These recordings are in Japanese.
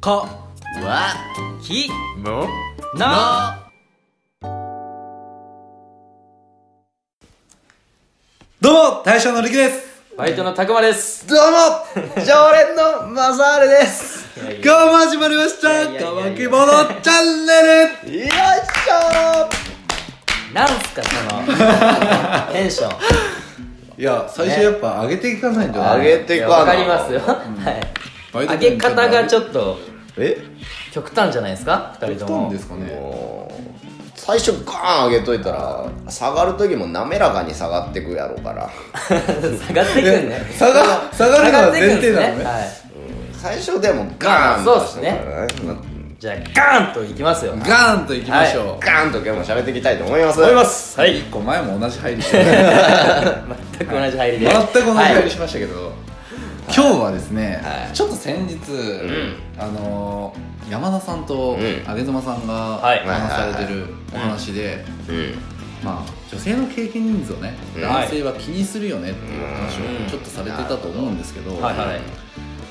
かわきもなどうも大将のりきですバイトのたくまですどうも常連のマサールですいやいや今日も始まりましやたいやいや乾き物チャンネルよいしょなんすかそのテンションいや最初やっ ぱ上げていかないんじゃない上げていかなわかりますよ、はいバ上イト君げ方がちょっとえ極端じゃないですか二人とどうもですかね最初ガーン上げといたら下がる時も滑らかに下がってくやろうから下がっていくんね下が下がるの下がが前提なのっていくんですねはい最初でもガーンまあそうっすね出してくからねじゃあガーンといきますよガーンといきましょうガーンと今日も喋っていきたいと思います思いますはい一個前も同じ入りして 全く同じ入りで全く同じ入りはしましたけど今日はですねはいちょっと先日んあのー山田さんとうん上妻さんがはい話されてるお話でうんまあ、女性の経験人数をね、うん男性は気にするよねっていう話うんをちょっとされてたと思うんですけど、いはい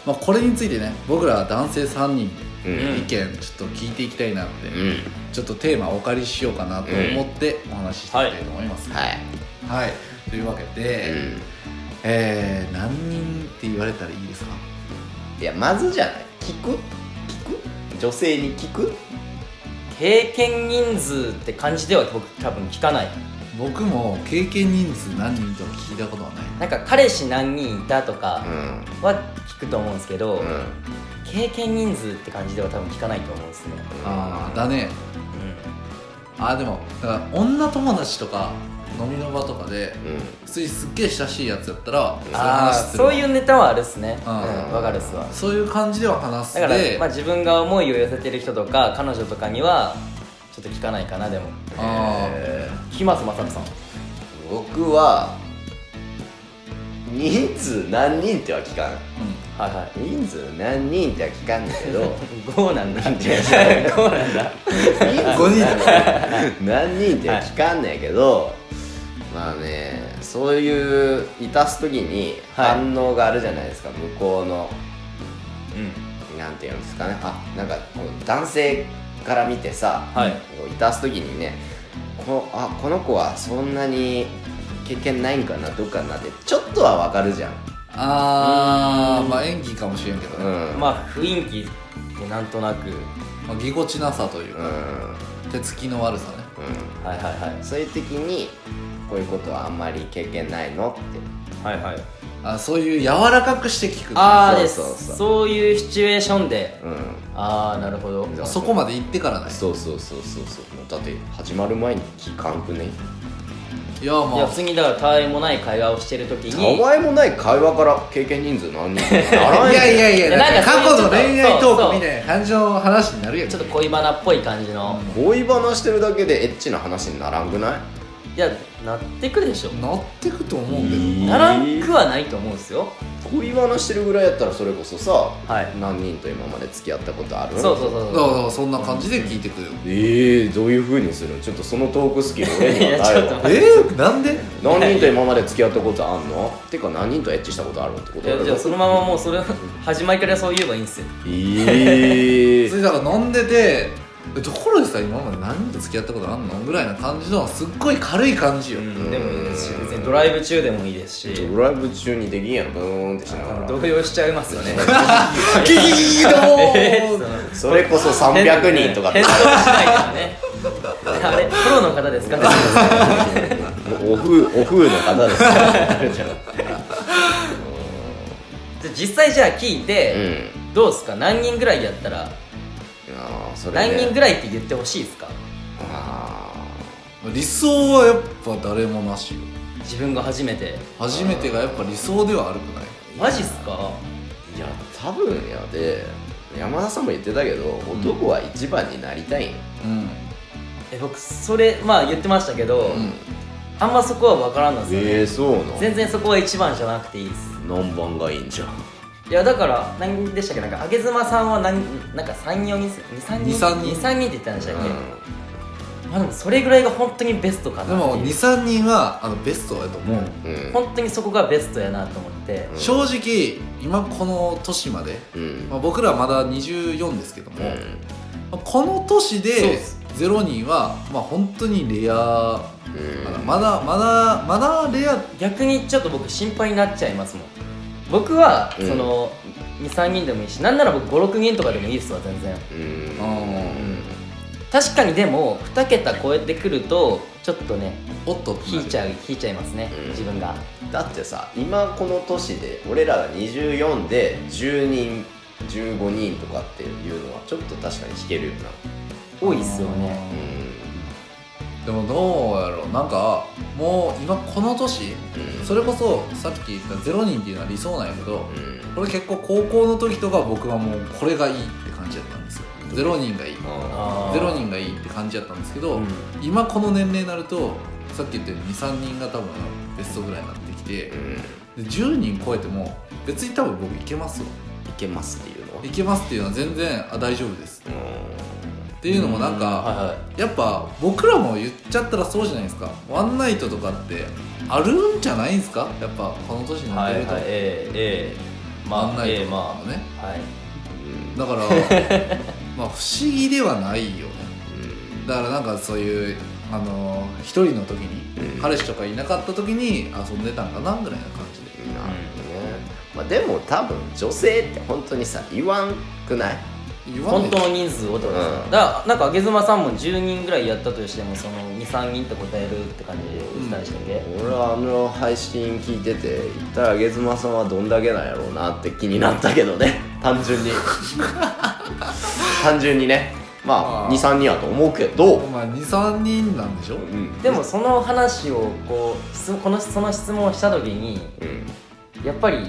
まあ、これについてね僕ら男性3人うでん意見ちょっと聞いていきたいなって、うんちょっとテーマをお借りしようかなと思ってお話ししていきたいと思います、はいはいというわけで、うえー、何人って言われたらいいですかんいやまずじゃない聞く聞く女性に聞く経験人数って感じでは僕多分聞かない僕も経験人数何人とは聞いたことはないなんか彼氏何人いたとかうんは聞くと思うんですけど、うん経験人数って感じでは多分聞かないと思うんですね、ああだねあーでもだから女友達とか飲みの場とかでうん普通にすっげえ親しいやつやったらそういうああ話するそういうネタはあるっすねううんんわかるっすわそういう感じでは話すだから、でまあ、自分が思いを寄せてる人とか彼女とかにはちょっと聞かないかなでもあえー聞きますまさみさん僕は人数何人っては聞かーんはい はい人数何人っては聞かんけど5なんだ 5なんだうん5人何人っては聞かんねんけど、まあねそういういたす時にはい反応があるじゃないですか、向こうのうんなんていうんですかねあなんかこう男性から見てさ、はいこういたす時にねこあこの子はそんなに経験ないんかなどうかなってちょっとはわかるじゃん、あーまあ演技かもしれんけどうね、んまあ雰囲気ってなんとなくまあ、ぎこちなさといううか、ん手つきの悪さねうはいはいはいん、そういう時にこういうことはあんまり経験ないのってはいはいあそういう柔らかくして聞くああそうでそうすそうそういうシチュエーションでうああなるほどんそこまで行ってからねそうそうそうそうそうだって始まる前に聞かんくねいやまいやあ普通にだからたわいもない会話をしてる時たにわいもない会話から経験人数何人かならんいやいやいいややなんか過去の恋愛トーそうクみたいな感じの話になるやんちょっと恋バナっぽい感じの恋話してるだけでエッチな話にならんくないいやなってくるでしょなってくと思うけど、いいならんくはないと思うんですよ恋話してるぐらいやったらそれこそさ、い何人と今まで付き合ったことあるそうそうそうだからだそからそんな感じで聞いてくよ、ええー、どういうふうにするのちょっとそのトークスキル俺にはないいやちょっとわ待えー、なんで何人と今まで付き合ったことあんのてか何人とエッチしたことあるのってこうといややろじゃあそのままもうそれ始まりからそう言えばいいんですよええそれだから飲んでてえところでさ今まで何人と付き合ったことあんのぐらいな感じのすっごい軽い感じよ、んでもいいですし別にドライブ中でもいいですしドライブ中にできんやろブーンってしながら動揺しちゃいます よねギギギギギドえ ーそ ーのンそれこそ300人とかって変動しないからねあれプロの方 ですかねおふうおふうの方ですからじゃあ実際じゃあ聞いうんて、いどうですか何人ぐらいやったらやーそれ、ね、何人ぐらいらいって言ってほしいですかあ理想はやっぱ誰もなしよ自分が初めて初めてがやっぱ理想ではあるくないマジっすかーいや多分やで山田さんも言ってたけど男は一番になりたいんようんえ僕それまあ言ってましたけど、あんまそこは分からんなんですよね、えー、そうな全然そこは一番じゃなくていいです何番がいいんじゃんいやだから何でしたっけなんかあげずまさんは何なんか34人23人23人23人って言ってたんでしたっけ、まあでもそれぐらいが本当にベストかなってでもいう23人はあのベストやと思う、うん本当にそこがベストやなと思ってうん正直今この年まで、うんまあ、僕らまだ24ですけども、うんまあこの年そうっです0人はまあ本当にレアうんかなまだまだまだレア逆にちょっと僕心配になっちゃいますもん僕はうんその23人でもいいしなんなら僕56人とかでもいいっすわ全然うん確かにでも2桁超えてくるとちょっとねおっとって引ないるちゃう引いちゃいますねうん自分がだってさ今この年で俺らが24で10人15人とかっていうのはちょっと確かに引けるよな多いっすよねでもどうやろうなんかもう今この年うんそれこそさっき言った0人っていうのは理想なんやけどうんこれ結構高校の時とか僕はもうこれがいいって感じだったんですよ0人がいいああー0人がいいって感じだったんですけど、うん今この年齢になるとさっき言ったように23人が多分ベストぐらいになってきてーうんで10人超えても別に多分僕いけますよいけますっていうのはいけますっていうのは全然あ大丈夫ですうっていうのもなんか、うんはいはいやっぱ僕らも言っちゃったらそうじゃないですかワンナイトとかってあるんじゃないですかやっぱこの年になはっていると、はいええええワまンあナえイえトとかまもね、あはいんだから まあ不思議ではないよねだからなんかそういうあのー一人の時に、うん彼氏とかいなかった時に遊んでたんかなぐらいな感じでうんなるほどねまあでも多分女性って本当にさ言わんくない言わ本んで当の人数をってことですか、うんだからなんか上妻さんも10人ぐらいやったとしてもその23人って答えるって感じで言ったりしたっけ、俺はあの配信聞いてて言ったら上妻さんはどんだけなんやろうなって気になったけど ね単純に単純にねまああー23人やと思うけど、まあ23人なんでしょ、うんでもその話をこう質このその質問をした時にうんやっぱり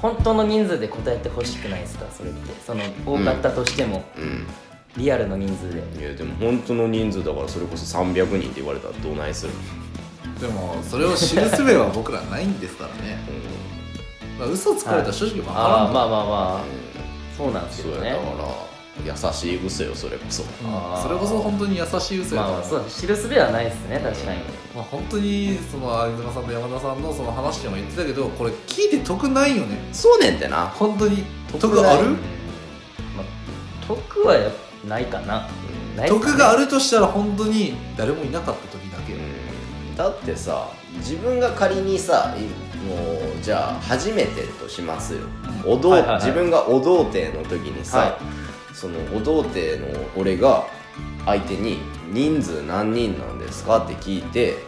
本当の人数で答えてほしくないですかそれってその多かったとしても、うリアルの人数でんいやでも本当の人数だからそれこそ300人って言われたらどないする、でもそれを知る術は僕らないんですからねうんまあ嘘つかれたら正直分からんから、ああまあまあまあそうなんですそうよやねだから優しい嘘よそれこそあーそれこそ本当に優しい嘘やとま思あうそう知るすべはないですね確かにまあ本当にその相島さんと山田さんのその話でも言ってたけどこれ聞いて得ないよねそうねんってな本当に得あうるんまあ得はやっぱないかなないっすかね得があるとしたら本当に誰もいなかった時だけよ、うんだってさ自分が仮にさいもうじゃあ初めてとしますよおどうはいはいはい自分がお童貞の時にさ、はそのお童貞の俺が相手に「人数何人なんですか?」って聞いて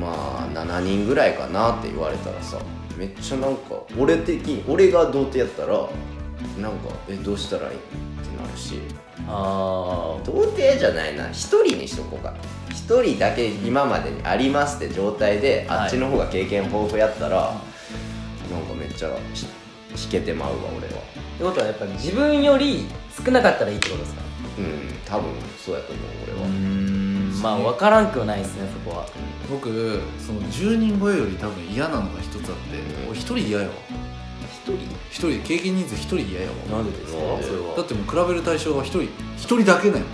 まあ7人ぐらいかなって言われたらさめっちゃなんか俺的に俺が童貞やったらなんか「えどうしたらいい?」ってなるしあー童貞じゃないな一人にしとこうか一人だけ今までにありますって状態で、はいあっちの方が経験豊富やったら、なんかめっちゃし引けてまうわ俺はってことはやっぱり自分より少なかったらいいってことですかうん多分そうやと思う俺は、んまあ分からんくはないですねそこは僕その10人超えより多分嫌なのが一つあってうん俺一人嫌やわ一人一人経験人数一人嫌やわんでですかそれはだってもう比べる対象が一人一人だけなんよ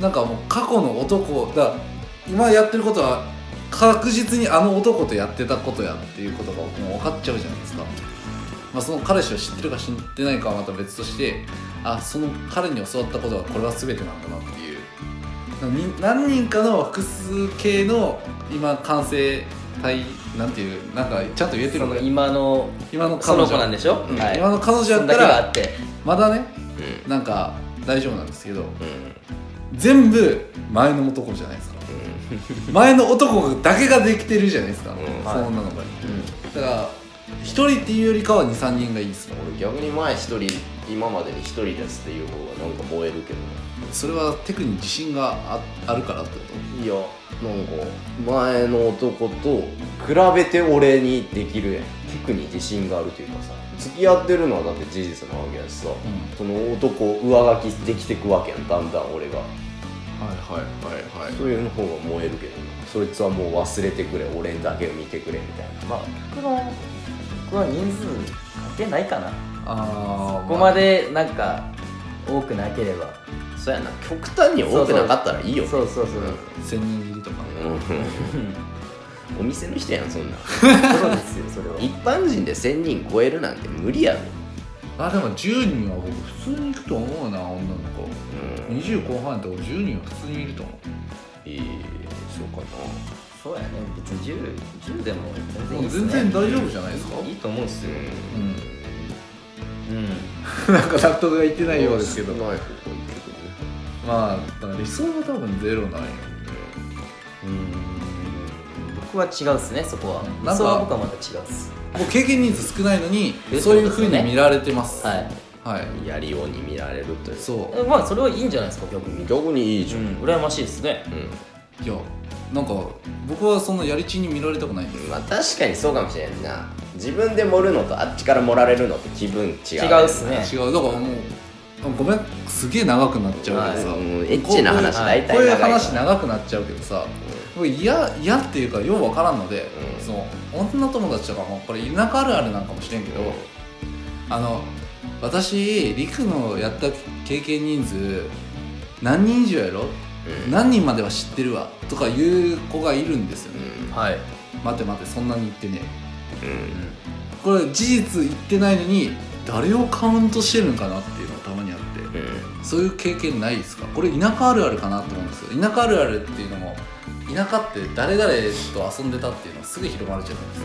なんかもう過去の男だ今やってることは確実にあの男とやってたことやっていうことがもう分かっちゃうじゃないですか、まあ、その彼氏を知ってるか知ってないかはまた別としてあその彼に教わったことがこれは全てなんだなっていうなんかみ何人かの複数系の今完成体なんていうなんかちゃんと言えてるそののが今の今のそ彼の子なん女でしょ、うんはい今の彼女やそっんだたけがあらってまだねうんなんか大丈夫なんですけどうん全部前の男じゃないですか前の男だけができてるじゃないですか、うんそんなのがうんだから一人っていうよりかは23人がいいですね俺逆に前一人今までに一人ですっていう方がなんか燃えるけどそれはテクに自信がああるからってこいやなんか前の男と比べて俺にできるやん特に自信があるというかさ付き合ってるのはだって事実なわけやしさ、んその男上書きできてくわけやんだんだん俺がとはいはいはいはいそういうの方が燃えるけどなそいつはもう忘れてくれ俺だけを見てくれみたいまなあ僕の僕は人数関係ないかなあこーこまでなんか多くなければそうやな極端に多くなかったらいいよそうそうそう千人切りとかう んお店の人やんそんなんそうですよ それは一般人で1000人超えるなんて無理やろ、あでも10人は僕普通にいくと思うな女の子うん、 20後半やったら俺10人は普通にいると思えー、そうかなそうやね別に 10, 10でも全う然いもいうっす全ね然大丈夫じゃないですかいいと思うんですようんうん なんか納得がいってないようですけど少ない方向いってるけどねまあだから理想は多分ゼロなんようん僕は違うっすねそこはなんか理想は僕はまた違うっすもう経験人数少ないのにえそういそううですふうよねに見られてます、はいいはい、やりように見られるというそえまあそれはいいんじゃないですか逆に逆にいいうじゃん、ん羨ましいですねうんういやなんか僕はそのやりちんに見られたくないんでまあ確かにそうかもしれんな自分で盛るのとあっちから盛られるのって気分違う違うっすね違うだからもうあごめんすげえ長くなっちゃうけどさ、はいもうエッチな話こう大体長いこういう話長くなっちゃうけどさ僕嫌嫌っていうかようわからんので、うんその女友達とかもこれ田舎あるあるなんかもしれんけど、あの私陸のやった経験人数何人以上やろうん何人までは知ってるわとかいう子がいるんですよね、はい待て待てそんなに言ってねえうんこれ事実言ってないのに誰をカウントしてるんかなっていうのがたまにあってうんそういう経験ないですかこれ田舎あるあるかなと思うんですよ田舎あるあるっていうのも田舎って誰々と遊んでたっていうのはすぐ広まるじゃないです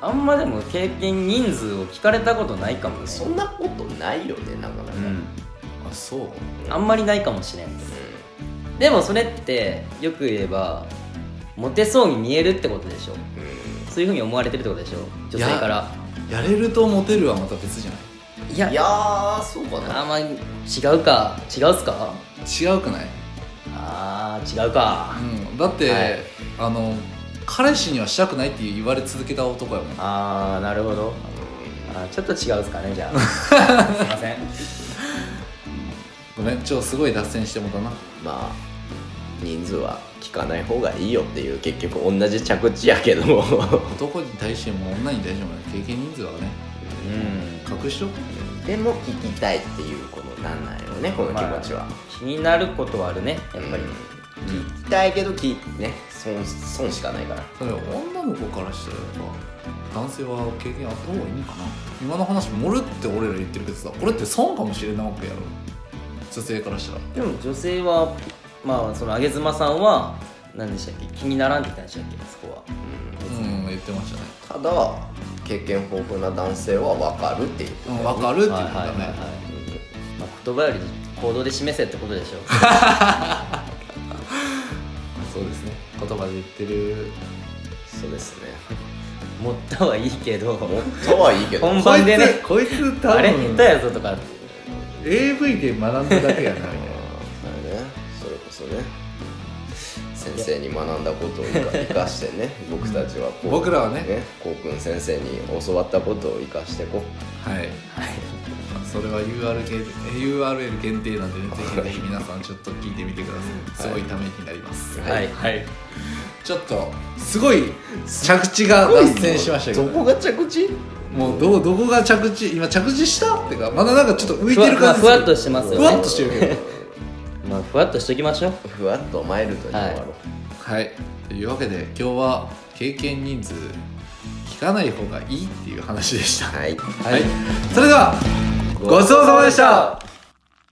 か、あんまでも経験人数を聞かれたことないかもねそんなことないよねなかなか、うんあそうあんまりないかもしれんですでもそれってよく言えばモテそうに見えるってことでしょうんうんそういうふうに思われてるってことでしょ女性からやれるとモテるはまた別じゃないいやいやーそうかなあんまり違うか違うっすか違うくない、あー違うかうん、だって、はいあの彼氏にはしたくないって言われ続けた男やもんあーなるほどあーちょっと違うっすかねじ ゃあすいませんごめんちょすごい脱線してもうたなまあ人数は聞かない方がいいよっていう結局同じ着地やけどう男に対しても女に対しても経験人数はねうん隠しとくんでも聞きたいっていうこのなんなんやろねこの気持ちは、気になることはあるねやっぱりうん聞きたいけど聞いね損損しかないからそれ女の子からしたらやっぱ男性は経験あった方がいいのかな今の話盛るって俺ら言ってるけどさこれって損かもしれないわけやろ女性からしたらでも女性はまあその上妻さんは何でしたっけ気にならんって言ったんでしたっけそこはうん言ってましたねただ経験豊富な男性は分かるっていううん分かるって言はいっはてたいはいねはいまあ、言葉より行動で示せってことでしょ そうですね言葉で言ってるそうですね持ったはいいけどもっとはいいけど本番でね こいつこいつ多あれ下手分やぞとか AV で学んだだけやなみたいなあーそうやねそれこそね先生に学んだことを生か生かし てね僕たちはこう僕らはねねこうくん先生に教わったことを生かしてこはいそれは URL 限 URL 限定なんで、ね、ぜひぜひ皆さんちょっと聞いてみてくださいすごいためになります、はいはいちょっとすごい着地が脱線しましたけどどこが着地もうどうどこが着地今着地したってかまだなんかちょっと浮いてる感じふわ,、まあふわっとしてますよねふわっとしてるけどまあふわっとしときましょうふわっとマイルドに終わろう、はいというわけで今日は経験人数聞かない方がいいっていう話でしたはいはい、それではごちそうさまでした